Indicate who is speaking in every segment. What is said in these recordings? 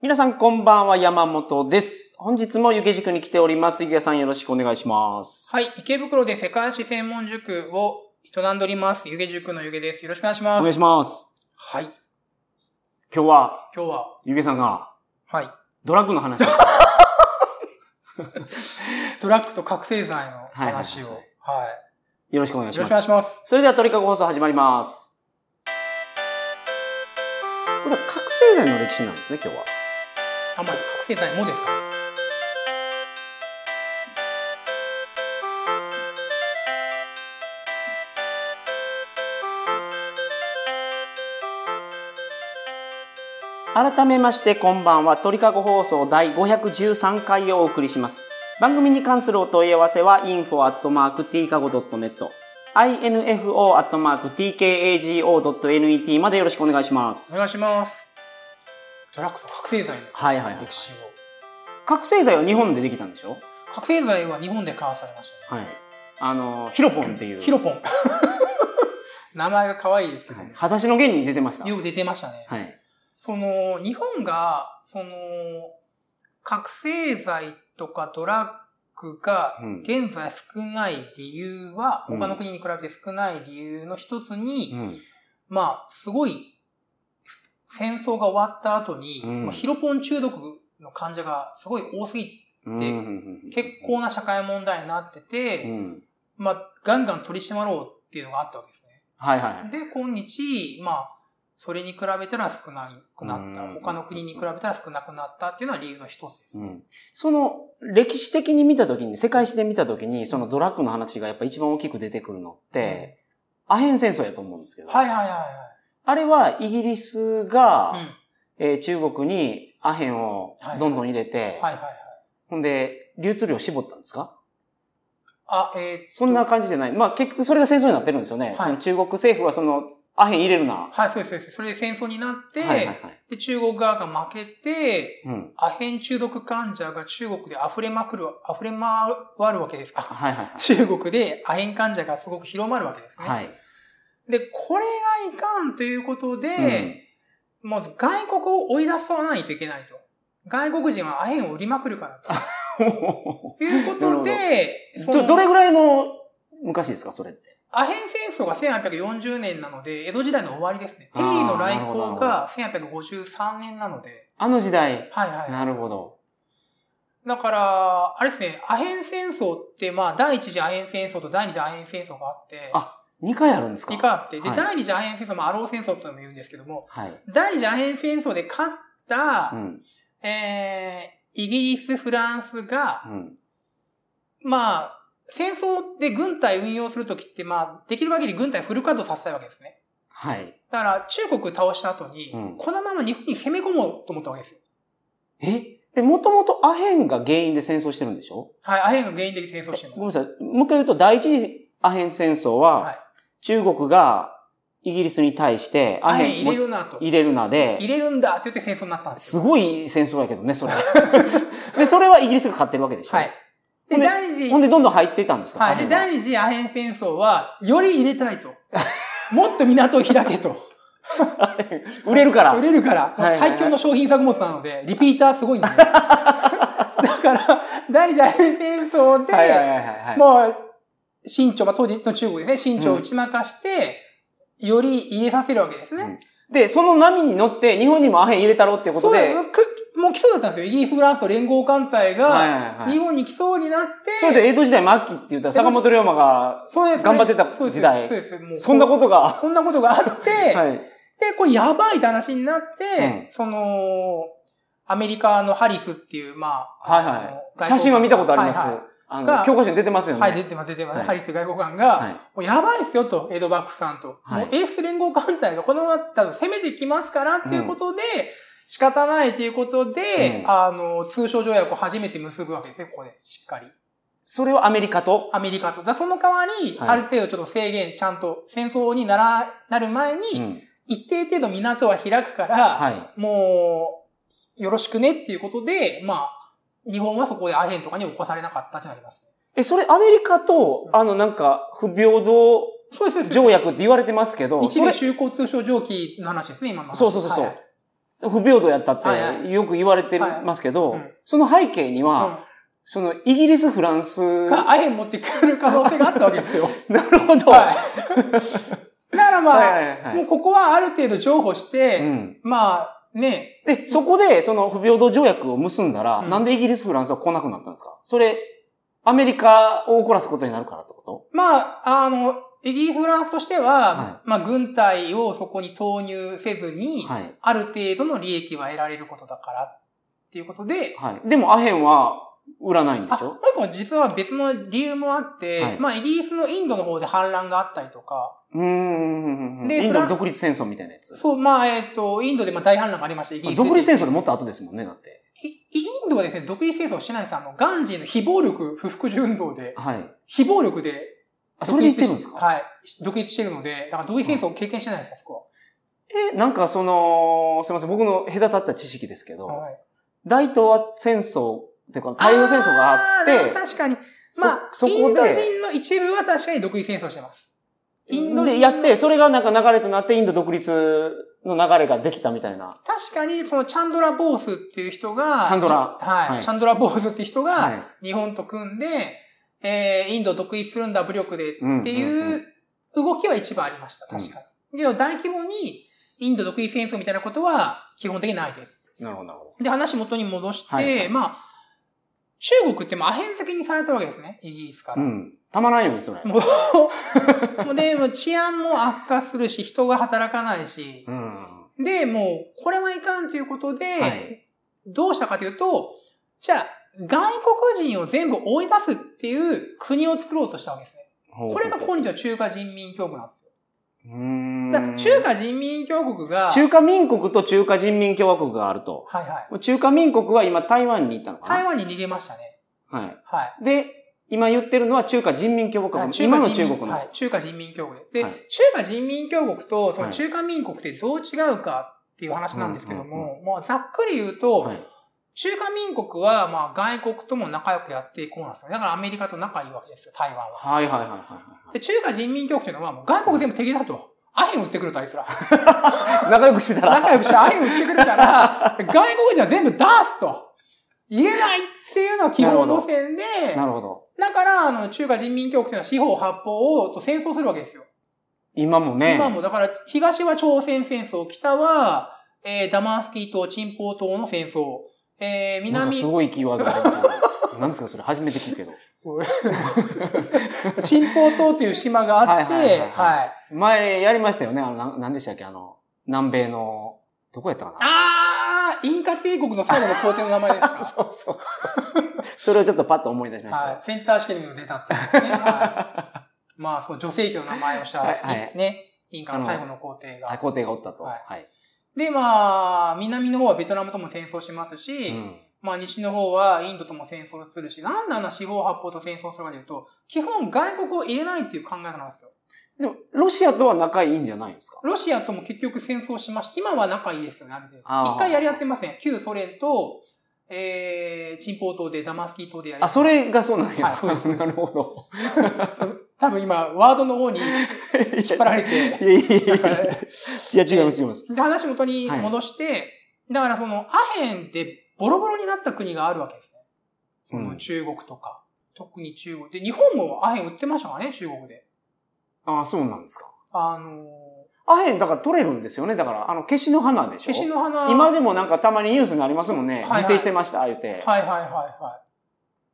Speaker 1: 皆さんこんばんは、山本です。本日も池塾に来ております。池さんよろしくお願いします。
Speaker 2: はい、池袋で世界史専門塾を営んでおります。湯気塾の湯気です。よろしくお願いしま
Speaker 1: お
Speaker 2: す。
Speaker 1: 願いします。
Speaker 2: はい、今
Speaker 1: 今日は、
Speaker 2: 日は、
Speaker 1: ゆげさんが、
Speaker 2: はい、
Speaker 1: ドラッグの 話を。
Speaker 2: ドラッグと覚醒剤の話を、はい
Speaker 1: よろしくお願いし
Speaker 2: よろ
Speaker 1: ます
Speaker 2: しくお願い。します。
Speaker 1: それでは、鳥かご放送始まります。これは覚醒剤の歴史なんですね、今日は。
Speaker 2: あんまり覚醒剤もですかね
Speaker 1: 改めましてこんばんは鳥かご放送第513回をお送りします番組に関するお問い合わせは info.tkago.net info.tkago.net までよろしくお願いしま
Speaker 2: お
Speaker 1: す
Speaker 2: 願いします。ドラッグと覚醒剤の
Speaker 1: はいはいはい
Speaker 2: 歴史を。
Speaker 1: 覚醒剤は日本でできたんでしょ
Speaker 2: 覚醒剤は日本で開発されましたね。
Speaker 1: はいあのヒロポンっていう
Speaker 2: ヒロポン。 名前が可愛いですけど
Speaker 1: はい
Speaker 2: ね。
Speaker 1: 裸足の原理に出てました
Speaker 2: よく出てましたね。
Speaker 1: はい
Speaker 2: その、日本が、その、覚醒剤とかドラッグが
Speaker 1: うん
Speaker 2: 現在少ない理由は、
Speaker 1: うん
Speaker 2: 他の国に比べて少ない理由の一つに、
Speaker 1: うん
Speaker 2: まあ、すごい、戦争が終わった後に、
Speaker 1: うん
Speaker 2: もうヒロポン中毒の患者がすごい多すぎ、
Speaker 1: うん
Speaker 2: で
Speaker 1: うん
Speaker 2: 結構な社会問題になってて、
Speaker 1: うん
Speaker 2: まあ、ガンガン取り締まろうっていうのがあったわけですね。
Speaker 1: はいはい
Speaker 2: で、今日、まあ、それに比べたら少なくなっ
Speaker 1: うん
Speaker 2: た。他の国に比べたら少なくなったっていうのは理由の一つです。
Speaker 1: うんその歴史的に見たときに、世界史で見たときに、そのドラッグの話がやっぱ一番大きく出てくるのって、アヘン戦争やと思うんですけど、
Speaker 2: はいはいはい
Speaker 1: あれはイギリス
Speaker 2: はい。う
Speaker 1: が、
Speaker 2: ん。
Speaker 1: えー中国にアヘンをどんどん入れて、
Speaker 2: はいはいはい。
Speaker 1: ほんで流通量を絞ったんですか
Speaker 2: あ、えーっと
Speaker 1: そんな。感じじゃない。まあ結局それが戦争になってるんですよね。
Speaker 2: い
Speaker 1: その中国政府はそのアヘン入れるな。は
Speaker 2: はい、そうですそうです。それで戦争になって、
Speaker 1: いはいはい。
Speaker 2: で、中国側が負けて、
Speaker 1: うん。
Speaker 2: アヘン中毒患者が中国で溢れまくる、溢れ回るわけです。あ
Speaker 1: はいはいはい。
Speaker 2: 中国でアヘン患者がすごく広まるわけですね。
Speaker 1: はい。
Speaker 2: で、これがいかんということで、もう外国を追い出さないといけないと。外国人はアヘンを売りまくるから ということで、その
Speaker 1: どどれぐらいの昔ですか、それって。
Speaker 2: アヘン戦争が1840年なので、江戸時代の終わりですね。
Speaker 1: あ
Speaker 2: ペ
Speaker 1: ー
Speaker 2: リーの来
Speaker 1: なる
Speaker 2: 航
Speaker 1: ほどな
Speaker 2: が1853年なので、
Speaker 1: あの時代。
Speaker 2: はいは
Speaker 1: なるほど。
Speaker 2: い。だから、あれですね、アヘン戦争って、まあ、第一次アヘン戦争と第二次アヘン戦争があって、
Speaker 1: あ2回あるんですか
Speaker 2: 2回あって、で、
Speaker 1: はい
Speaker 2: 第二次アヘン戦争、まあ、アロー戦争とも言うんですけども、
Speaker 1: はい。
Speaker 2: 第二次アヘン戦争で勝った、
Speaker 1: うん。
Speaker 2: えー、イギリス、フランスが、
Speaker 1: うん。
Speaker 2: まあ、戦争で軍隊運用するときって、まあ、できる限り軍隊フル稼働させたいわけですね。
Speaker 1: はい。
Speaker 2: だから、中国倒した後に、
Speaker 1: うん
Speaker 2: このまま日本に攻め込もうと思ったわけですよ。
Speaker 1: えで、もともとアヘンが原因で戦争してるんでしょ
Speaker 2: はい、アヘンが原因的に戦争してる
Speaker 1: ごめんなさい。もう一回言うと、第一次アヘン戦争
Speaker 2: はい
Speaker 1: は、中国がイギリスに対して
Speaker 2: ア
Speaker 1: ア
Speaker 2: ヘ
Speaker 1: ヘ
Speaker 2: ン
Speaker 1: ン
Speaker 2: 入れ
Speaker 1: も
Speaker 2: るなと。
Speaker 1: 入れるなで
Speaker 2: 入、れるんだって言って戦争になったんです
Speaker 1: す
Speaker 2: よ。
Speaker 1: ごい戦争やけどね、 それ。で、それはイギリスが勝ってるわけでしょ
Speaker 2: はい。。で、
Speaker 1: ほんで
Speaker 2: 第二次、
Speaker 1: ほんで、どんどん入っていったんですか
Speaker 2: はい。
Speaker 1: アヘ
Speaker 2: で、
Speaker 1: ンは
Speaker 2: 第二次アヘン戦争は、より入れたいと。 もっと港を開けと。
Speaker 1: 売れるから。
Speaker 2: 売れるから、
Speaker 1: はいはいはい
Speaker 2: 最強の商品作物なので、リピーターすごいんで。だ から、第二次アヘン戦争で、
Speaker 1: はいはいはいはいはい。
Speaker 2: もう、新潮、まあ、当時の中国ですね、新潮を打ち負かして、より入れさせるわけですね。
Speaker 1: で、その波に乗って、日本にもアヘン入れたろうっていうこ
Speaker 2: そ
Speaker 1: と
Speaker 2: う
Speaker 1: で
Speaker 2: です、くもう来そうだったんですよ。イギリス、フランスと連合艦
Speaker 1: はい
Speaker 2: 隊
Speaker 1: はいは
Speaker 2: が
Speaker 1: い、
Speaker 2: 日本に来そうになって、
Speaker 1: それで江戸時代末期って言ったら坂本龍馬が
Speaker 2: そうです
Speaker 1: 頑張ってた
Speaker 2: そうです
Speaker 1: 時代
Speaker 2: そうです。もう
Speaker 1: そんなことが。
Speaker 2: そんなことがあって、
Speaker 1: はい。
Speaker 2: で、これやばいって話になって、
Speaker 1: う
Speaker 2: その、アメリカのハリスっていう、まあ、
Speaker 1: はい
Speaker 2: あの
Speaker 1: はい。
Speaker 2: 外
Speaker 1: 写
Speaker 2: 交
Speaker 1: 真は見たことあります。
Speaker 2: はいはい
Speaker 1: あ
Speaker 2: が
Speaker 1: の、教科書に出てますよね。
Speaker 2: はい、出てます、出てます。
Speaker 1: はい
Speaker 2: ハリス外交官
Speaker 1: は
Speaker 2: が、
Speaker 1: い
Speaker 2: もうやばいっすよと、エドバックさんと。
Speaker 1: はい
Speaker 2: もうエース連合艦隊がこのままだと攻めてきますからっていうことで、仕方ないということで、
Speaker 1: うん
Speaker 2: あの、通商条約を初めて結ぶわけですね、ここで、しっかり。
Speaker 1: それをアメリカと。
Speaker 2: アメリカと。だからその代わり、
Speaker 1: はい
Speaker 2: ある程度ちょっと制限、ちゃんと戦争になら、なる前
Speaker 1: う
Speaker 2: に、
Speaker 1: ん。
Speaker 2: 一定程度港は開くから、
Speaker 1: はい。
Speaker 2: もう、よろしくねっていうことで、まあ、日本はそこでアヘンとかに起こされなかったってなります。
Speaker 1: え、それアメリカと、あの、なんか、不平等
Speaker 2: そうです、そうです。
Speaker 1: 条約って言われてますけど、
Speaker 2: 日
Speaker 1: そ
Speaker 2: 米
Speaker 1: れ、
Speaker 2: 修好通商上記の話ですね、今の話。
Speaker 1: そうそうそうそう
Speaker 2: はい
Speaker 1: 不平等やったっ
Speaker 2: はいは
Speaker 1: てよく言われて
Speaker 2: はい
Speaker 1: ますけど、
Speaker 2: うん
Speaker 1: その背景には、そのイギリス、フランス。
Speaker 2: うんがアヘン持ってくる可能性があったわけですよ。
Speaker 1: なるほど。
Speaker 2: はい。だからまあ、
Speaker 1: はいはいはい
Speaker 2: もうここはある程度譲歩して、
Speaker 1: うん
Speaker 2: まあね、
Speaker 1: で、そこでその不平等条約を結んだら、
Speaker 2: うん
Speaker 1: なんでイギリス、フランスは来なくなったんですかそれ、アメリカを怒らすことになるからってこと
Speaker 2: まあ、あの、イギリス、フランスとしては、
Speaker 1: は
Speaker 2: まあ軍隊をそこに投入せずに、
Speaker 1: はい。
Speaker 2: ある程度の利益は得られることだからっていうことで、
Speaker 1: はい。でもアヘンは売らないんで
Speaker 2: あ、
Speaker 1: し
Speaker 2: もう
Speaker 1: ょ
Speaker 2: 一個実は別の理由もあって、
Speaker 1: はい
Speaker 2: まあイギリスのインドの方で反乱があったりとか、
Speaker 1: うーん。
Speaker 2: で
Speaker 1: インド
Speaker 2: フラ
Speaker 1: の
Speaker 2: ン
Speaker 1: 独立戦争みたいなやつ。
Speaker 2: そう、まあえっ、と、インドでまあ大反乱がありました、イギリスで。
Speaker 1: 独立戦争でもっと後ですもんね、だって。
Speaker 2: イインドはですね、独立戦争をしないさんのガンジーの非暴力不服従運動で、
Speaker 1: はい。
Speaker 2: 非暴力で、
Speaker 1: あ、それで言ってるんですか
Speaker 2: はい。独立してるので、だから独立戦争を経験してないです、あそこ
Speaker 1: え、なんかその、すいません、僕の隔たった知識ですけ
Speaker 2: は。
Speaker 1: ど、
Speaker 2: はい
Speaker 1: 大東亜戦争っていうか、太平洋戦争があっ
Speaker 2: ーで
Speaker 1: て
Speaker 2: も、確かに。
Speaker 1: そ
Speaker 2: まあ、
Speaker 1: そ
Speaker 2: イン
Speaker 1: こ
Speaker 2: ド
Speaker 1: で、
Speaker 2: 人の一部は確かに独立戦争してます。インド人の
Speaker 1: でやって、それがなんか流れとなって、インド独立の流れができたみたいな。
Speaker 2: 確かに、そのチャンドラ・ボースっていう人が、
Speaker 1: チャンドラ
Speaker 2: はい。
Speaker 1: はい
Speaker 2: チャンドラ・ボースっていう人
Speaker 1: は
Speaker 2: が、
Speaker 1: い。
Speaker 2: 日本と組んで、えーインドを独立するんだ、武力でって
Speaker 1: うんうんう
Speaker 2: いう動きは一部ありました、
Speaker 1: うん
Speaker 2: 確かに。けど、大規模に、インド独立戦争みたいなことは、基本的にないです。
Speaker 1: なるほど、なるほ
Speaker 2: で、話元に戻して、
Speaker 1: はいはい
Speaker 2: まあ、中国ってもうアヘン好きにされたわけですね、イギリスか
Speaker 1: ど。
Speaker 2: ら。
Speaker 1: うん。たまらんよね、それ。
Speaker 2: もうもう、で、もう治安も悪化するし、人が働かないし
Speaker 1: う、ん。
Speaker 2: で、もう、これはいかんということで、
Speaker 1: はい
Speaker 2: どうしたかというと、じゃあ、外国人を全部追い出すっていう国を作ろうとしたわけですね。こ
Speaker 1: こ
Speaker 2: れが今日の中華人民共和国なんですよ。
Speaker 1: うーん。
Speaker 2: だから中華人民共和国が、
Speaker 1: 中華民国と中華人民共和国があると。
Speaker 2: はいはい。
Speaker 1: 中華民国は今台湾に行ったのかな
Speaker 2: 台湾に逃げましたね。
Speaker 1: はい。
Speaker 2: はい。
Speaker 1: で、今言ってるのは中華人民共和国、
Speaker 2: はい
Speaker 1: 今の中国の。
Speaker 2: はい、中華人民共和国で。で、
Speaker 1: はい
Speaker 2: 中華人民共和国とその
Speaker 1: はい
Speaker 2: 中華民国ってどう違うかっていう話なんですけど
Speaker 1: うん
Speaker 2: も、もうざっくり言うと、
Speaker 1: はい
Speaker 2: 中華民国はまあ外国とも仲良くやっていこうなんですよ。だからアメリカと仲いいわけですよ、台湾は。
Speaker 1: はいはいはいは
Speaker 2: で、中華人民共和国というのはもう外国全部敵だと。アヘン売ってくると、あいつら。
Speaker 1: い。仲良くしてたら。
Speaker 2: 仲良くしてアヘン売ってくる から、外国人は全部出すと。入れないっていうのは基本路線で、
Speaker 1: なるほど。
Speaker 2: だから、あの、中華人民共和国というのは四方八方をと戦争するわけですよ。
Speaker 1: 今もね。
Speaker 2: 今もだから、東は朝鮮戦争、北は、えーダマンスキー島、チンポウ島の戦争、えー
Speaker 1: なんか
Speaker 2: 南
Speaker 1: す、ごいキーワードが出てきたな。なんですかそれ初めて聞くけど。
Speaker 2: チンポウ島という島があって、
Speaker 1: は
Speaker 2: はいい
Speaker 1: はいはいはい前やりましたよね。あの、なんなんでしたっけあの、南米の、どこやったかな
Speaker 2: あー、インカ帝国の最後の皇帝の名前で すか。
Speaker 1: そうそうそう。それをちょっとパッと思い出しました。
Speaker 2: はい。センター試験にも出たってことね。はい、まあ、そう、女性教の名前をした、
Speaker 1: はいはい
Speaker 2: ね、インカの最後の皇帝
Speaker 1: はい、
Speaker 2: が。
Speaker 1: 皇帝がおったと。は
Speaker 2: はいい。で、まあ、南の方はベトナムとも戦争しますし、
Speaker 1: うん
Speaker 2: まあ西の方はインドとも戦争するし、なんであんな四方八方と戦争するかというと、基本外国を入れないっていう考えなんですよ。
Speaker 1: でも、ロシアとは仲いいんじゃないんですか
Speaker 2: ロシアとも結局戦争しました。今は仲いいですけどね、ある程
Speaker 1: あー
Speaker 2: 度。一回やり合ってますね。旧ソ連と、えー、チンポウ島でダマスキー島でやり合
Speaker 1: あ、それがそうなんや。
Speaker 2: はいそうですそうで
Speaker 1: な
Speaker 2: す
Speaker 1: るほど。
Speaker 2: 多分今、ワードの方に
Speaker 1: 引
Speaker 2: 引っ張られて、
Speaker 1: いやいやいや
Speaker 2: ないんか
Speaker 1: や。いや、違います、違います。
Speaker 2: で話元に戻して、だからそのアヘンでボロボロになった国があるわけですね。そ
Speaker 1: うん
Speaker 2: の中国とか。特に中国。で、日本もアヘン売ってましたからね、中国で。
Speaker 1: ああ、そうなんですか。
Speaker 2: あの
Speaker 1: アヘン、だから取れるんですよね。だから、あの、消しの花でしょ
Speaker 2: 消しの花。
Speaker 1: 今でもなんかたまにニュースになりますもんね。
Speaker 2: いはい
Speaker 1: 自生してました、言うて。
Speaker 2: はいはいはいは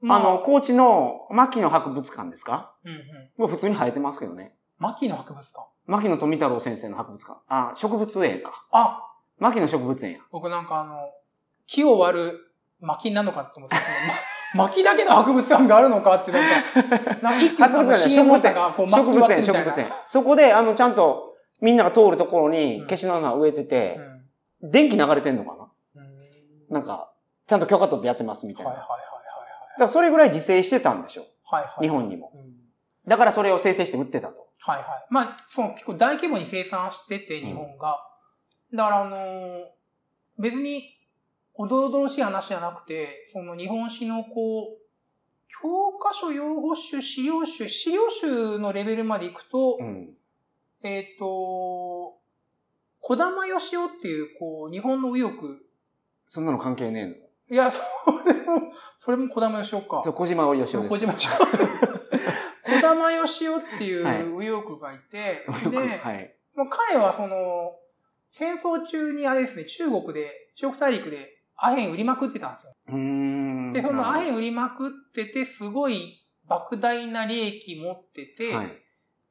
Speaker 2: い。ま
Speaker 1: あの、、高知の牧野博物館ですか
Speaker 2: うんうん。
Speaker 1: もう普通に生えてますけどね。
Speaker 2: 牧野博物館。
Speaker 1: 牧野富太郎先生の博物館。あ、植物園か。
Speaker 2: あ、
Speaker 1: 牧野植物園や。
Speaker 2: 僕なんかあの、木を割る薪なのかと 思って、ま、薪だけの博物館があるのかってなんか、なんか一気にその CM のがこう
Speaker 1: 植
Speaker 2: 薪
Speaker 1: 物
Speaker 2: 割
Speaker 1: 園、植
Speaker 2: ってみたいな。
Speaker 1: 物園。そこで、あの、ちゃんと、みんなが通るところに
Speaker 2: うん
Speaker 1: 消しの花植えてて、電気流れてんのか
Speaker 2: うん。うん
Speaker 1: ななんか、ちゃんと許可取ってやってますみた
Speaker 2: はいい
Speaker 1: な。
Speaker 2: は
Speaker 1: だ
Speaker 2: いはい
Speaker 1: からそれぐらい自生してたんでしょ。
Speaker 2: はいはい。はいはい。
Speaker 1: 日本にも。
Speaker 2: うん。
Speaker 1: だからそれを生成して売ってたと。
Speaker 2: はいはい。まあ、そう、結構大規模に生産してて、日本が。だから、あのー別に、おどろどろしい話じゃなくて、その日本史のこう、教科書、用語集、資料集、資料集のレベルまで行くと、
Speaker 1: うん。
Speaker 2: えっ、と、小玉よしおっていう、こう、日本の右翼。
Speaker 1: そんなの関係ねえの。
Speaker 2: いや、そ れも、それも小玉よしおか。
Speaker 1: そう、小島よしおです。
Speaker 2: 小島よしお。小玉よしおっていう右翼がいて、
Speaker 1: よく
Speaker 2: で、
Speaker 1: はい。
Speaker 2: もう彼はその、戦争中にあれですね、中国で、中国大陸でアヘン売りまくってたんですよ。
Speaker 1: うーん。
Speaker 2: で、そのアヘ
Speaker 1: ン
Speaker 2: ン売りまくってて、すごい莫大な利益持ってて、
Speaker 1: はい。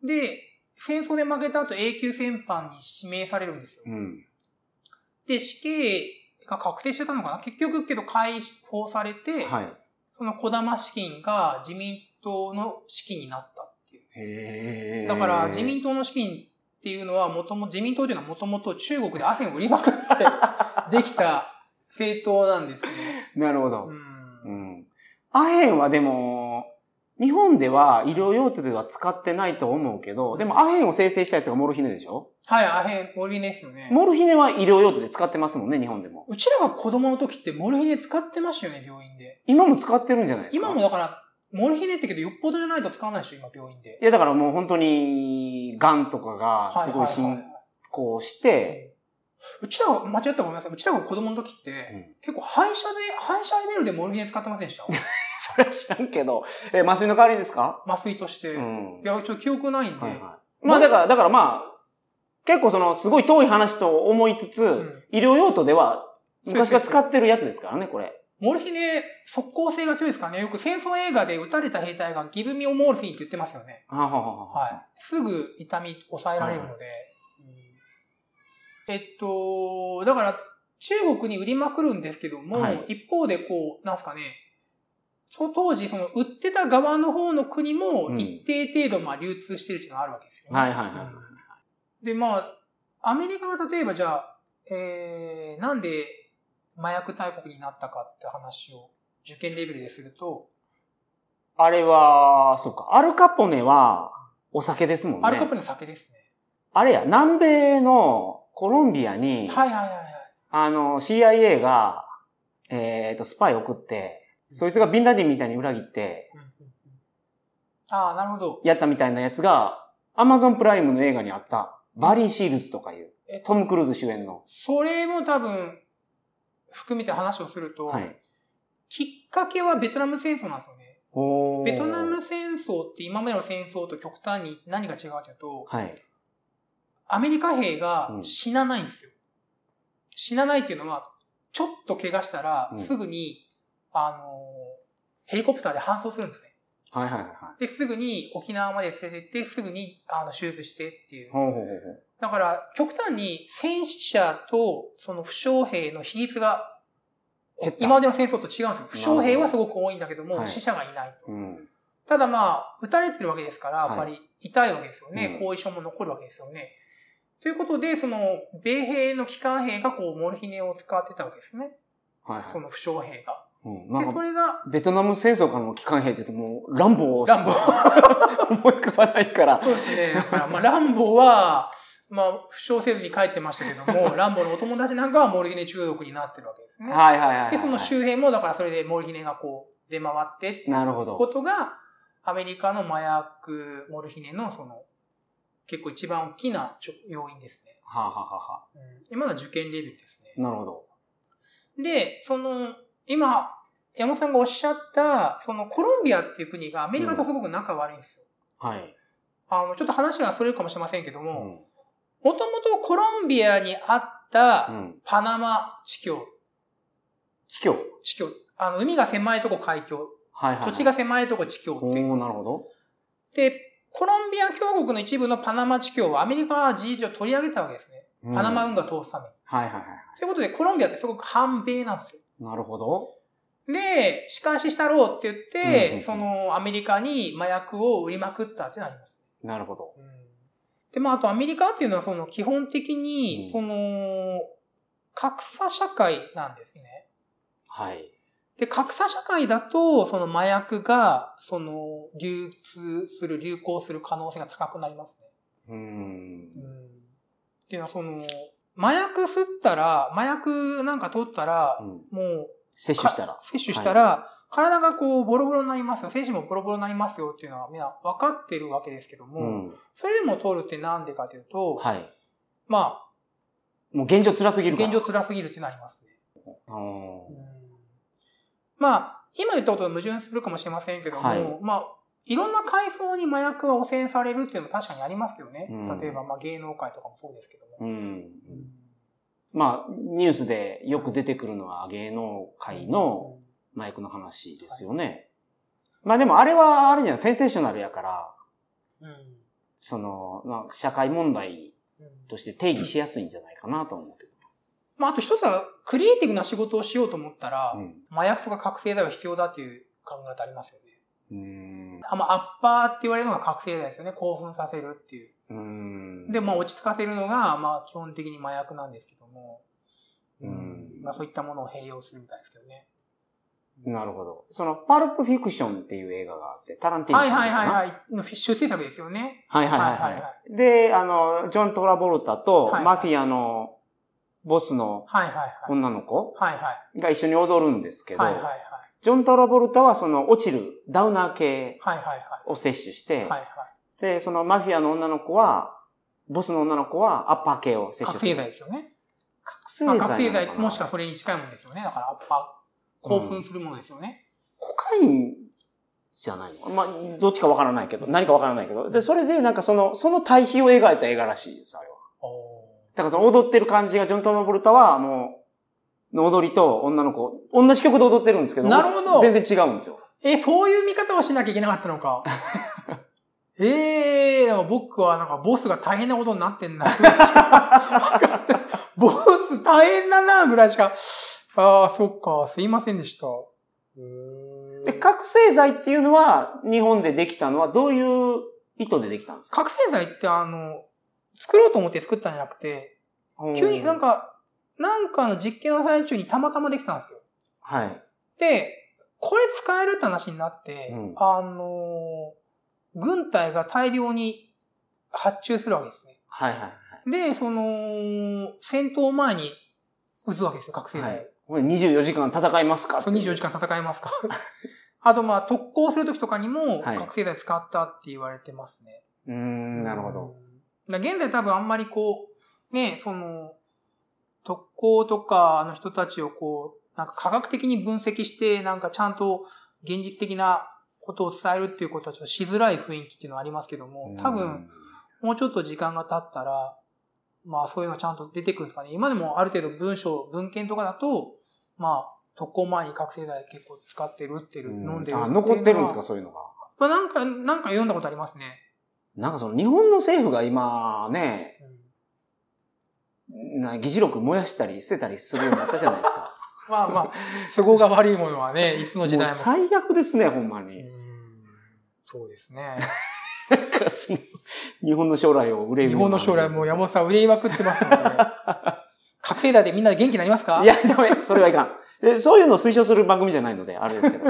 Speaker 2: で、戦争で負けた後永久戦犯に指名されるんですよ。
Speaker 1: うん。
Speaker 2: で、死刑が確定してたのかな結局けど解放されて、
Speaker 1: は
Speaker 2: その小玉資金が自民党の資金になったっていう。
Speaker 1: い。へえ。
Speaker 2: だから自民党の資金っていうのはもとも、自民党というのはもともと中国でアヘン売りまくって できた政党なんですね。
Speaker 1: なるほど。う
Speaker 2: うん。
Speaker 1: ん。アヘンはでも、日本では医療用途では使ってないと思うけど、でもアヘンを生成したやつがモルヒネでしょ
Speaker 2: はい、アヘン、モルヒネですよね。
Speaker 1: モルヒネは医療用途で使ってますもんね、日本でも。
Speaker 2: うちらが子供の時ってモルヒネ使ってましたよね、病院で。
Speaker 1: 今も使ってるんじゃないですか
Speaker 2: 今もだから、モルヒネってけどよっぽどじゃないと使わないでしょ、今病院で。
Speaker 1: いや、だからもう本当に、癌とかがすごい
Speaker 2: はは
Speaker 1: 進
Speaker 2: は
Speaker 1: 行して、
Speaker 2: うちらが、間違ったらごめんなさい。うちらが子供の時って、
Speaker 1: うん
Speaker 2: 結構廃車で、廃車レベルでモルヒネ使ってませんでした
Speaker 1: それは知らんけど、えー麻酔の代わりですか
Speaker 2: 麻酔として。
Speaker 1: う
Speaker 2: い
Speaker 1: ん。
Speaker 2: や、ちょっと記憶ないんで。
Speaker 1: はいはい。まあだから、だからまあ、結構その、すごい遠い話と思いつつ、
Speaker 2: ん
Speaker 1: 医療用途では、昔から使
Speaker 2: っ
Speaker 1: ってるやつですからね、これ。
Speaker 2: モルヒネ、即効性が強いですからね。よく戦争映画で撃たれた兵隊がギブミオモルフィンって言ってますよね。
Speaker 1: ははは
Speaker 2: は。
Speaker 1: はい
Speaker 2: すぐ痛み抑えられるので。うんえっと、だから、中国に売りまくるんですけども、
Speaker 1: はい
Speaker 2: 一方でこう、なんすかね、その当時、その売ってた側の方の国も
Speaker 1: うん
Speaker 2: 一定程度まあ流通してるっていうのがあるわけですよね。
Speaker 1: はいはいはいはい
Speaker 2: うんで、まあ、アメリカが例えばじゃあ、えー、なんで麻薬大国になったかって話を受験レベルですると、
Speaker 1: あれは、そうか。アルカポネは、お酒ですもんね。
Speaker 2: アルカプの酒ですね。
Speaker 1: あれや、南米のコロンビアに、
Speaker 2: はいはいはいはい。
Speaker 1: あの、CIA が、えっ、と、スパイ送って、そいつがビンラディンみたいに裏切って、
Speaker 2: うんうんうんああ、なるほど。
Speaker 1: やったみたいなやつが、アマゾンプライムの映画にあった、バリー・シールズとかいう
Speaker 2: えっ、
Speaker 1: ト
Speaker 2: と
Speaker 1: ム・クルーズ主演の。
Speaker 2: それも多分、含めて話をすると、
Speaker 1: はい。
Speaker 2: きっかけはベトナム戦争なんですよね。
Speaker 1: おー
Speaker 2: ベトナム戦争って今までの戦争と極端に何が違うかというと、
Speaker 1: はい。
Speaker 2: アメリカ兵が
Speaker 1: うん
Speaker 2: 死なないんですよ。死なないっていうのは、ちょっと怪我したら
Speaker 1: う、ん
Speaker 2: すぐに、あのー、ヘリコプターで搬送するんですね。
Speaker 1: はいはいはい。
Speaker 2: で、すぐに沖縄まで連れてって、すぐに、あの、手術してっていう。
Speaker 1: ほうほうほうほう。
Speaker 2: だから、極端に戦死者と、その負傷兵の比率が、
Speaker 1: 減った
Speaker 2: 今までの戦争と違うんですよ。負傷兵はすごく多いんだけども、
Speaker 1: はい
Speaker 2: 死者がいないと。
Speaker 1: うん。
Speaker 2: ただまあ、撃たれてるわけですから、や
Speaker 1: はい
Speaker 2: っぱり痛いわけですよね。
Speaker 1: うん
Speaker 2: 後遺症も残るわけですよね。ということで、その、米兵の機関兵がこう、モルヒネを使ってたわけですね。
Speaker 1: はいはい
Speaker 2: そ。の負傷兵が。
Speaker 1: うん、な
Speaker 2: で、
Speaker 1: ん
Speaker 2: そ
Speaker 1: か、
Speaker 2: れが、
Speaker 1: ベトナム戦争からの機関兵って言うともう、乱暴を
Speaker 2: 乱暴。
Speaker 1: 思い浮かばないから
Speaker 2: そう。ですね。だから、まあ、ランボは、まあ、負傷せずに帰ってましたけど も、ランボのお友達なんかはモルヒネ中毒になってるわけですね。
Speaker 1: はいはいはいはい。
Speaker 2: で、その周辺も、だからそれでモルヒネがこう、出回ってっていう
Speaker 1: なるほど。
Speaker 2: ことが、アメリカの麻薬、モルヒネのその、結構一番大きなちょ要因ですね。
Speaker 1: はあ、はあはあは
Speaker 2: うん、今のは受験レベルです
Speaker 1: あ、なるほど。
Speaker 2: ね。で、その、今、山本さんがおっしゃった、そのコロンビアっていう国がアメリカとすごく仲悪いんですよ。
Speaker 1: はい。
Speaker 2: あの、ちょっと話がそれるかもしれませんけど
Speaker 1: う
Speaker 2: も、
Speaker 1: ん。
Speaker 2: もともとコロンビアにあった
Speaker 1: うん。
Speaker 2: パナマ地峡、
Speaker 1: 地境。
Speaker 2: 地峡、あの、海が狭いとこ海峡、
Speaker 1: はいはい。
Speaker 2: 土地
Speaker 1: が。
Speaker 2: が狭いとこ地峡って
Speaker 1: お
Speaker 2: い
Speaker 1: ー
Speaker 2: う。
Speaker 1: なるほど。
Speaker 2: で、コロンビア共和国の一部のパナマ地峡はアメリカは事実上取り上げたわけですね。
Speaker 1: うん
Speaker 2: パナマ運河を通すために。
Speaker 1: はいはいは
Speaker 2: ということで、コロンビアってすごく反米なんですよ。
Speaker 1: い。なるほど。
Speaker 2: で、仕返ししたろうって言っ
Speaker 1: うん
Speaker 2: て、
Speaker 1: うんうん
Speaker 2: そのアメリカに麻薬を売りまくったってなります。
Speaker 1: なるほど。
Speaker 2: で、まあ、あとアメリカっていうのはその基本的
Speaker 1: う
Speaker 2: に、
Speaker 1: ん
Speaker 2: その、格差社会なんですね。
Speaker 1: はい。
Speaker 2: で、格差社会だと、その麻薬が、その、流通する、流行する可能性が高くなりますね。
Speaker 1: うーん。
Speaker 2: っていうのはその、麻薬吸ったら、麻薬なんか取ったら
Speaker 1: う、ん。
Speaker 2: もう、
Speaker 1: 摂取したら
Speaker 2: か。摂取したら、体がこう、ボロボロになりますよ。精神もボロボロになりますよっていうのはみんな分かってるわけですけども、
Speaker 1: うん。
Speaker 2: それでも取るってなんでかというと、
Speaker 1: はい。
Speaker 2: まあ、
Speaker 1: もう現状辛すぎるから。
Speaker 2: 現状辛すぎるっていうのはありますね。
Speaker 1: 状
Speaker 2: うんまあ、今言ったことは矛盾するかもしれませんけども、
Speaker 1: はい
Speaker 2: まあ、いろんな階層に麻薬は汚染されるっていうのも確かにありますけどね。
Speaker 1: うん
Speaker 2: 例えば、まあ、芸能界とかもそうですけども。
Speaker 1: うん。まあ、ニュースでよく出てくるのは芸能界のマイクの話ですよね。まあでもあれはあれじゃない、センセーショナルやから、
Speaker 2: うん、うん
Speaker 1: その、まあ、社会問題
Speaker 2: うん
Speaker 1: として定義しやすいんじゃないかなと思うけど。
Speaker 2: まあ、あと一つは、クリエイティブな仕事をしようと思ったら、
Speaker 1: うん
Speaker 2: 麻薬とか覚醒剤は必要だっていう考え方ありますよね。
Speaker 1: うーん。
Speaker 2: あまあ、アッパーって言われるのが覚醒剤ですよね。興奮させるっていう。
Speaker 1: うーん
Speaker 2: で、まあ、落ち着かせるのが、まあ、基本的に麻薬なんですけども、
Speaker 1: うん
Speaker 2: まあ、そういったものを併用するみたいですけどね。
Speaker 1: なるほど。その、パルプフィクションっていう映画があって、タランティー
Speaker 2: は
Speaker 1: ノ
Speaker 2: い
Speaker 1: 監督か
Speaker 2: はいはい
Speaker 1: な
Speaker 2: はい。フィッシュ制作ですよね。
Speaker 1: はいはい
Speaker 2: は
Speaker 1: はいい
Speaker 2: はいは
Speaker 1: はい。で、あの、ジョン・トラボルタと
Speaker 2: はい
Speaker 1: マフィアのボスの
Speaker 2: はいはいはい。
Speaker 1: 女の子
Speaker 2: はいはい。
Speaker 1: が一緒に踊るんですけど、
Speaker 2: はいはいはい。
Speaker 1: ジョン・トラボルタはその落ちるダウナー系
Speaker 2: はいはいは
Speaker 1: を摂取して、
Speaker 2: い。はいはい。
Speaker 1: で、そのマフィアの女の子は、ボスの女の子はアッパー系を摂取
Speaker 2: 覚
Speaker 1: する
Speaker 2: 醒。剤ですよね。
Speaker 1: 覚醒
Speaker 2: まあ、
Speaker 1: 剤。
Speaker 2: 覚醒剤もしくは
Speaker 1: か
Speaker 2: それに近いものですよね。だから、アッパー、興奮するものですよね。
Speaker 1: コカインじゃないのまあ、どっちかわからないけど、何かわからないけど。で、それでなんかその、その対比を描いた映画らしいです、あれは。
Speaker 2: お
Speaker 1: だからその踊ってる感じが、ジョン・トラボルタはもう、の踊りと女の子、同じ曲で踊ってるんですけど、
Speaker 2: なるほど
Speaker 1: 全然違うんですよ。
Speaker 2: ーえ、そういう見方をしなきゃいけなかったの か。ええー、なんか僕はなんかボスが大変なことになってんな。 ボス大変だな、ぐらいしか。ああ、そっか、すいませんでした。うーん
Speaker 1: で、覚醒剤っていうのは、日本でできたのは、どういう意図でできたんですか
Speaker 2: 覚醒剤ってあの、作ろうと思って作ったんじゃなくて、急になん
Speaker 1: か。
Speaker 2: か、なんかの実験の最中にたまたまできたんですよ。
Speaker 1: はい。
Speaker 2: で、これ使えるって話になって、
Speaker 1: うん
Speaker 2: あのー軍隊が大量に発注するわけですね。
Speaker 1: はいはいはい。
Speaker 2: で、その、戦闘前に撃つわけですよ、覚醒剤を。
Speaker 1: はいこれ24時間戦いますか
Speaker 2: そう24時
Speaker 1: 間。
Speaker 2: 間戦えますか あと、まあ、特攻する時とかにも、
Speaker 1: はい
Speaker 2: 覚醒剤使ったって言われてますね。
Speaker 1: うーん、なるほど。
Speaker 2: うん。だから現在多分あんまりこう、ね、その、特攻とかの人たちをこう、なんか科学的に分析して、なんかちゃんと現実的なことを伝えるっていうことはちょっとしづらい雰囲気っていうのはありますけども、多分、もうちょっと時間が経ったら、まあそういうのがちゃんと出てくるんですかね。今でもある程度文章、文献とかだと、まあ、特攻前に覚醒剤結構使ってる、打って
Speaker 1: う
Speaker 2: る、
Speaker 1: ん、
Speaker 2: 飲んでる
Speaker 1: あ、
Speaker 2: のは
Speaker 1: 残ってるんですか、そういうのが。
Speaker 2: まあなんか、なんか読んだことありますね。
Speaker 1: なんかその、日本の政府が今、ね、
Speaker 2: うん
Speaker 1: な議事録燃やしたり捨てたりするようになったじゃないですか。
Speaker 2: まあまあ、都合が悪いものはね、いつの時
Speaker 1: もう
Speaker 2: 代も。
Speaker 1: 最悪ですね、ほんま
Speaker 2: う
Speaker 1: に。
Speaker 2: ーんそうですね。
Speaker 1: 日本の将来を憂い
Speaker 2: 日本の将来もう山本さん憂いまくっ てますので。覚醒剤でみんなで元気になりますか
Speaker 1: いや、ダメ、それはいかん。でそういうのを推奨する番組じゃないので、あれですけど。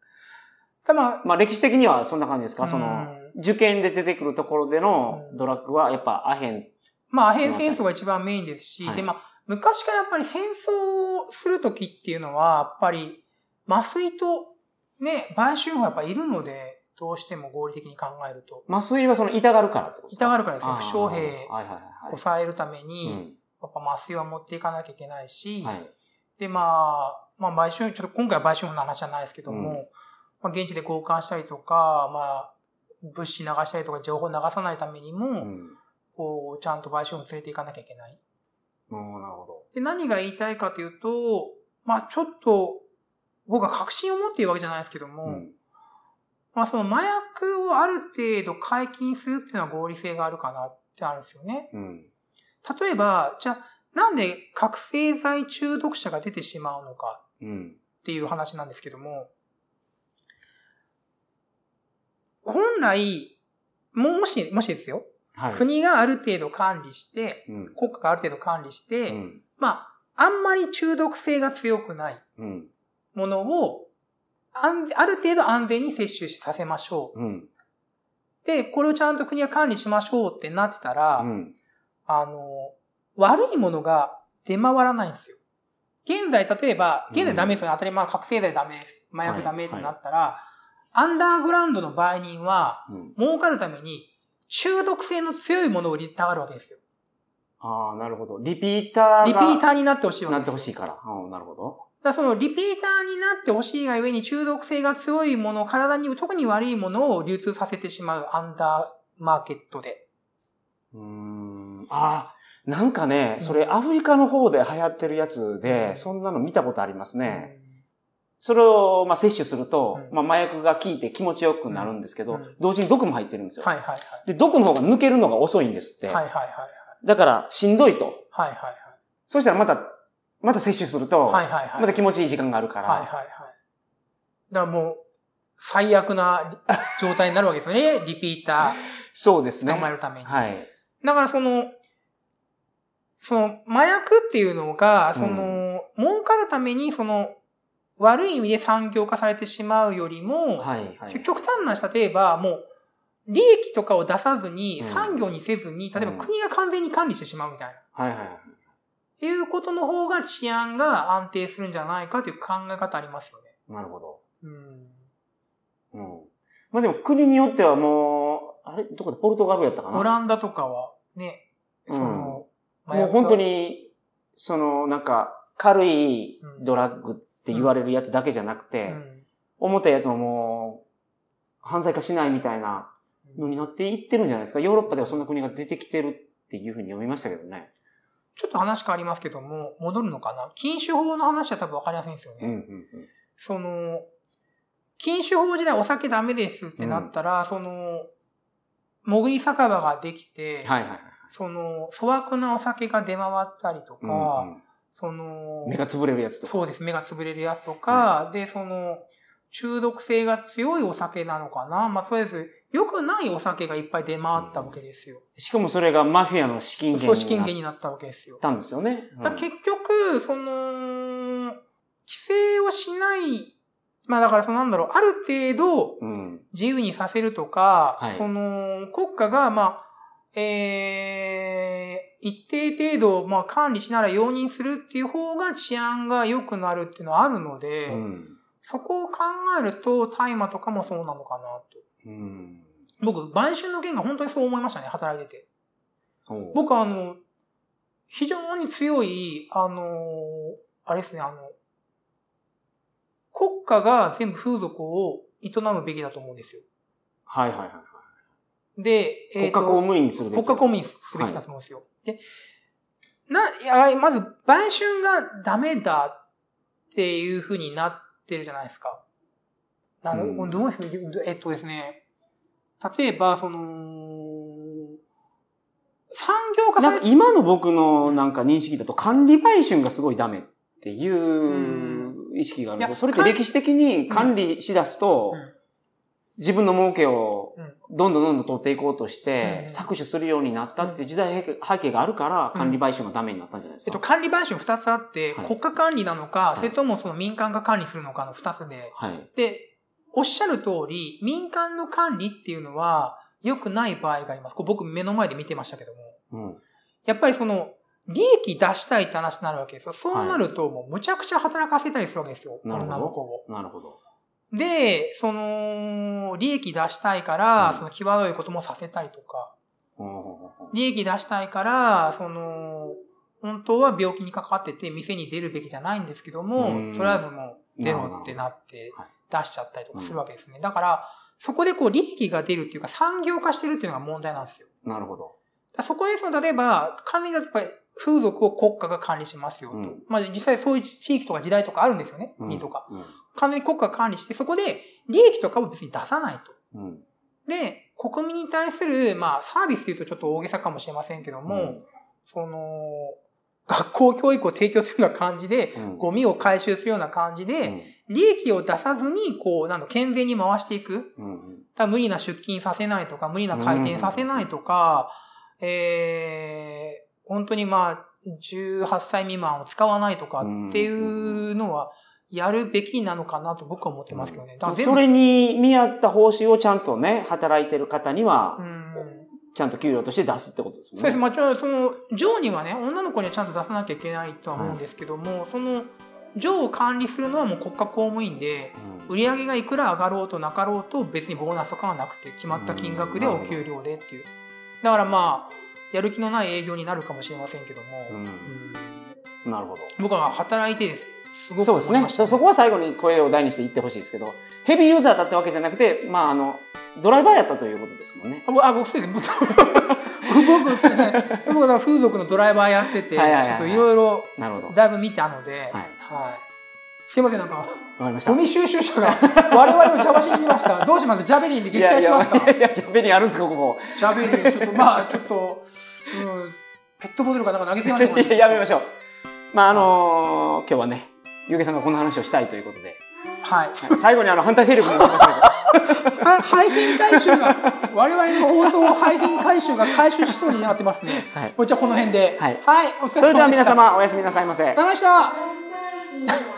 Speaker 2: たま、
Speaker 1: まあ歴史的にはそんな感じですかその、
Speaker 2: うん
Speaker 1: 受験で出てくるところでのドラッグは、やっぱアヘン。
Speaker 2: まあ、アヘン戦争が一番メインですし、
Speaker 1: はい
Speaker 2: で、まあ、昔からやっぱり戦争をするときっていうのは、やっぱり、麻酔と、ね、売春婦がやっぱいるので、どうしても合理的に考えると。
Speaker 1: 麻酔はその痛がるからってことですか
Speaker 2: 痛がるからですね、
Speaker 1: あ
Speaker 2: 負
Speaker 1: ー
Speaker 2: 傷兵を
Speaker 1: はいはいはいはい。
Speaker 2: 抑えるために、
Speaker 1: う
Speaker 2: やっぱ麻酔は持っていかなきゃいけないし、
Speaker 1: ん。はい。
Speaker 2: で、まあ、まあ、買収、ちょっと今回は買収の話じゃないですけども、
Speaker 1: うん
Speaker 2: まあ、現地で交換したりとか、まあ、物資流したりとか、情報流さないためにも、
Speaker 1: うん。
Speaker 2: こう、ちゃんと買収を連れていかなきゃいけない。
Speaker 1: もうなるほど。
Speaker 2: で、何が言いたいかというと、まあ、ちょっと、僕は確信を持っているわけじゃないですけども、
Speaker 1: うん。
Speaker 2: まあ、その麻薬をある程度解禁するっていうのは合理性があるかなってあるんですよね。
Speaker 1: うん。
Speaker 2: 例えば、じゃあ、なんで覚醒剤中毒者が出てしまうのか
Speaker 1: うん。
Speaker 2: っていう話なんですけども、本来、ももし、もしですよ、
Speaker 1: はい。
Speaker 2: 国がある程度管理して、
Speaker 1: うん。
Speaker 2: 国家がある程度管理して、
Speaker 1: うん。
Speaker 2: まあ、あんまり中毒性が強くない
Speaker 1: うん。
Speaker 2: ものを、安ある程度安全に摂取させましょ
Speaker 1: うん。
Speaker 2: う。で、これをちゃんと国が管理しましょうってなってたら、
Speaker 1: うん。
Speaker 2: あの、悪いものが出回らないんですよ。現在、例えば、現在ダメですよね。当たり前、覚醒剤ダメです。麻薬ダメってなったら、アンダーグラウンドの売人は、
Speaker 1: うん。
Speaker 2: 儲かるために、中毒性の強いものを売りたがるわけですよ。
Speaker 1: ああ、なるほど。リピーターが。
Speaker 2: リピーターになってほしいわ
Speaker 1: な
Speaker 2: け
Speaker 1: って
Speaker 2: ですよ。
Speaker 1: ほしいから。うん、なるほど。
Speaker 2: だからそのリピーターになってほしいがゆえに中毒性が強いもの、体に特に悪いものを流通させてしまうアンダーマーケットで。
Speaker 1: うーん。ああ、なんかね、それアフリカの方で流行ってるやつで、そんなの見たことありますね。それを、まあ、摂取すると、
Speaker 2: うん
Speaker 1: まあ、麻薬が効いて気持ちよくなるんですけど、
Speaker 2: うん
Speaker 1: 同時に毒も入ってるんですよ。
Speaker 2: はいはいはい。
Speaker 1: で、毒の方が抜けるのが遅いんですって。
Speaker 2: はいはいはいはい。
Speaker 1: だから、しんどいと。
Speaker 2: はいはい
Speaker 1: そしたらまた、また摂取すると、
Speaker 2: はい。はいはいはい。
Speaker 1: また気持ちいい時間があるから、
Speaker 2: はいはいはい。だからもう、最悪な状態になるわけです よね。リピータ
Speaker 1: そうです
Speaker 2: ー
Speaker 1: ね。
Speaker 2: 捕まえるために。
Speaker 1: はい。
Speaker 2: だからその、その、麻薬っていうのが、その、儲かるために、その、悪い意味で産業化されてしまうよりも、
Speaker 1: はい、はい。
Speaker 2: 極端な話、例えばもう、利益とかを出さずに、
Speaker 1: うん
Speaker 2: 産業にせずに、例えば
Speaker 1: うん
Speaker 2: 国が完全に管理してしまうみたいな。
Speaker 1: はい、はい。
Speaker 2: いうことの方が治安が安定するんじゃないかという考え方ありますよね。
Speaker 1: なるほど。
Speaker 2: うん。
Speaker 1: うん。まあでも国によってはもう、あれどこだポルトガルやったかな
Speaker 2: オランダとかは、ね、その、
Speaker 1: もう本当
Speaker 2: 麻薬が。
Speaker 1: に、その、なんか、軽いドラッグって言われるやつだけじゃなくて、重たいやつももう、犯罪化しないみたいな
Speaker 2: う
Speaker 1: の
Speaker 2: ん
Speaker 1: になっていってるんじゃないですか。ヨーロッパではそんな国が出てきてるっていうふうに読みましたけどね。
Speaker 2: ちょっと話変わりますけども、戻るのかな禁酒法の話は多分わかりやすいんですよね。
Speaker 1: うんうんうん。
Speaker 2: その、禁酒法時代お酒ダメですってなったら、その、潜り酒場ができて、
Speaker 1: はいはいはい。
Speaker 2: その、粗悪なお酒が出回ったりとか、
Speaker 1: うん
Speaker 2: そ
Speaker 1: うん
Speaker 2: の、
Speaker 1: 目が潰れるやつとか。
Speaker 2: そうです、目が潰れるやつとか、で、その、中毒性が強いお酒なのかなまあ、とりあえず、良くないお酒がいっぱい出回ったわけですよ。
Speaker 1: しかもそれがマフィアの資金
Speaker 2: 組
Speaker 1: 源
Speaker 2: 織権
Speaker 1: に
Speaker 2: 限
Speaker 1: なっ
Speaker 2: になったわけですよ。
Speaker 1: たんですよね。
Speaker 2: だから結局、その、規制をしない、まあだからそのなんだろう、ある程度
Speaker 1: うん。うん
Speaker 2: 自由にさせるとか、
Speaker 1: はい
Speaker 2: その国家が、まあ、えー、一定程度、まあ管理しながら容認するっていう方が治安が良くなるっていうのはあるので、
Speaker 1: うん。
Speaker 2: そこを考えると大麻とかもそうなのかなと。
Speaker 1: うん。
Speaker 2: 僕、売春の件が本当にそう思いましたね、働いてて。
Speaker 1: ほう
Speaker 2: 僕あの、非常に強い、あの、あれですね、あの、国家が全部風俗を営むべきだと思うんですよ。
Speaker 1: はいはいは
Speaker 2: で、
Speaker 1: い。
Speaker 2: え
Speaker 1: 国
Speaker 2: ー
Speaker 1: 家
Speaker 2: と
Speaker 1: 公務員にするべき
Speaker 2: 国家公務員すべきだと思うんですよ。で、な、いやまず、売春がダメだっていうふうになってるじゃないですか。なの、
Speaker 1: うん
Speaker 2: どういうふうに、えっとですね、例えば、その、産業化さ
Speaker 1: な
Speaker 2: れ
Speaker 1: んか今の僕のなんか認識だと管理売春がすごいダメっていうんう意識があるんです
Speaker 2: い
Speaker 1: よ。
Speaker 2: や
Speaker 1: それって歴史的に管理しだすと
Speaker 2: うん、
Speaker 1: 自分の儲けを
Speaker 2: うん
Speaker 1: どんどんどんどん取っていこうとして
Speaker 2: うん
Speaker 1: 搾取するようになったっていう時代背景があるから管理売春がダメになったんじゃないです
Speaker 2: えっと、
Speaker 1: か。
Speaker 2: 管理買収2つあって、
Speaker 1: はい
Speaker 2: 国家管理なのか、
Speaker 1: い
Speaker 2: それともその民間が管理するのかの2つで。
Speaker 1: はい。
Speaker 2: で、おっしゃる通り、民間の管理っていうのは良くない場合があります。これ僕目の前で見てましたけども。
Speaker 1: うん。
Speaker 2: やっぱりその、利益出したいって話になるわけですよ。そうなると、もうむちゃくちゃ働かせたりするわけですよ。
Speaker 1: なるほど
Speaker 2: 女の子を。
Speaker 1: なるほど。
Speaker 2: で、その、利益出したいから、
Speaker 1: うん
Speaker 2: その、際どいこともさせたりとか、
Speaker 1: ほうほうほうほう
Speaker 2: 利益出したいから、その、本当は病気にかかってて、店に出るべきじゃないんですけど
Speaker 1: うん
Speaker 2: も、とりあえずもう出ろってなって出しちゃったりとかするわけですね。だから、そこでこう利益が出るっていうか産業化してるっていうのが問題なんですよ。
Speaker 1: なるほど。
Speaker 2: だからそこでその、例えば、管理だとやっぱり風俗を国家が管理しますよと。
Speaker 1: うん
Speaker 2: まあ実際そういう地域とか時代とかあるんですよね。国とか。
Speaker 1: うん。
Speaker 2: 完全に国家が管理して、そこで利益とかを別に出さないと。
Speaker 1: うん。うん
Speaker 2: で、国民に対する、まあサービスというとちょっと大げさかもしれませんけども、その、学校教育を提供するような感じで、
Speaker 1: うん
Speaker 2: ゴミを回収するような感じ
Speaker 1: う
Speaker 2: で、
Speaker 1: ん
Speaker 2: 利益を出さずに、こう、なんだ、健全に回していく。
Speaker 1: うん
Speaker 2: だから無理な出勤させないとか、無理な回転させないとか、えー、本当にまあ、18歳未満を使わないとかっていうのは、やるべきなのかなと僕は思ってますけどね。だから全
Speaker 1: そ
Speaker 2: 部
Speaker 1: れに見合った報酬をちゃんとね、働いてる方には
Speaker 2: う、ん
Speaker 1: ちゃんと給料として出すってことです
Speaker 2: そ
Speaker 1: も
Speaker 2: うんで
Speaker 1: ね
Speaker 2: す。。まあ、ちょ、その、上にはね、女の子にはちゃんと出さなきゃいけないとは思うんですけども、その、上を管理するのはもう国家公務員で、
Speaker 1: うん
Speaker 2: 売り上げがいくら上がろうとなかろうと別にボーナスとかはなくて、決まった金額でお給料でっていう。だからまあ、やる気のない営業になるかもしれませんけども、
Speaker 1: うん
Speaker 2: うん
Speaker 1: なるほど。
Speaker 2: 僕は働いてですすごく
Speaker 1: そうですね
Speaker 2: 思いました
Speaker 1: そ。そこは最後に声を大にして言ってほしいですけど、ヘビーユーザーだったわけじゃなくて、まあ、あの、ドライバーやったということですもんね。
Speaker 2: あ僕あ僕そうです僕僕そうですね僕は風俗のドライバーやってて
Speaker 1: はいはいはい
Speaker 2: ちょっといろいろ
Speaker 1: なるほど。わ
Speaker 2: だいぶ見たので、
Speaker 1: はい
Speaker 2: はいすいませんなんか
Speaker 1: かりました
Speaker 2: ゴ。ミ収集車が我々を邪魔しに来ま したどうしますジャベリンで撃退しますか
Speaker 1: いやいや、いやいやベリーあるんですか、こ
Speaker 2: ジャベリンちょっとまあちょっと、うん、ペットボトルかなんか投げてまし
Speaker 1: こ。いややめましょう。まあ、あのー今日はね、ゆうげさんがこの話をしたいということで、
Speaker 2: はい
Speaker 1: 最後にあの、反対勢力の話を
Speaker 2: は廃品回収が我々の放送を廃品回収が回収しそうになってますね、
Speaker 1: はい
Speaker 2: もうじゃあこの辺で
Speaker 1: はい
Speaker 2: はい、お疲れ様でした
Speaker 1: それでは皆様、おやすみなさいませ
Speaker 2: ありがとうございまし
Speaker 3: Bye.
Speaker 2: た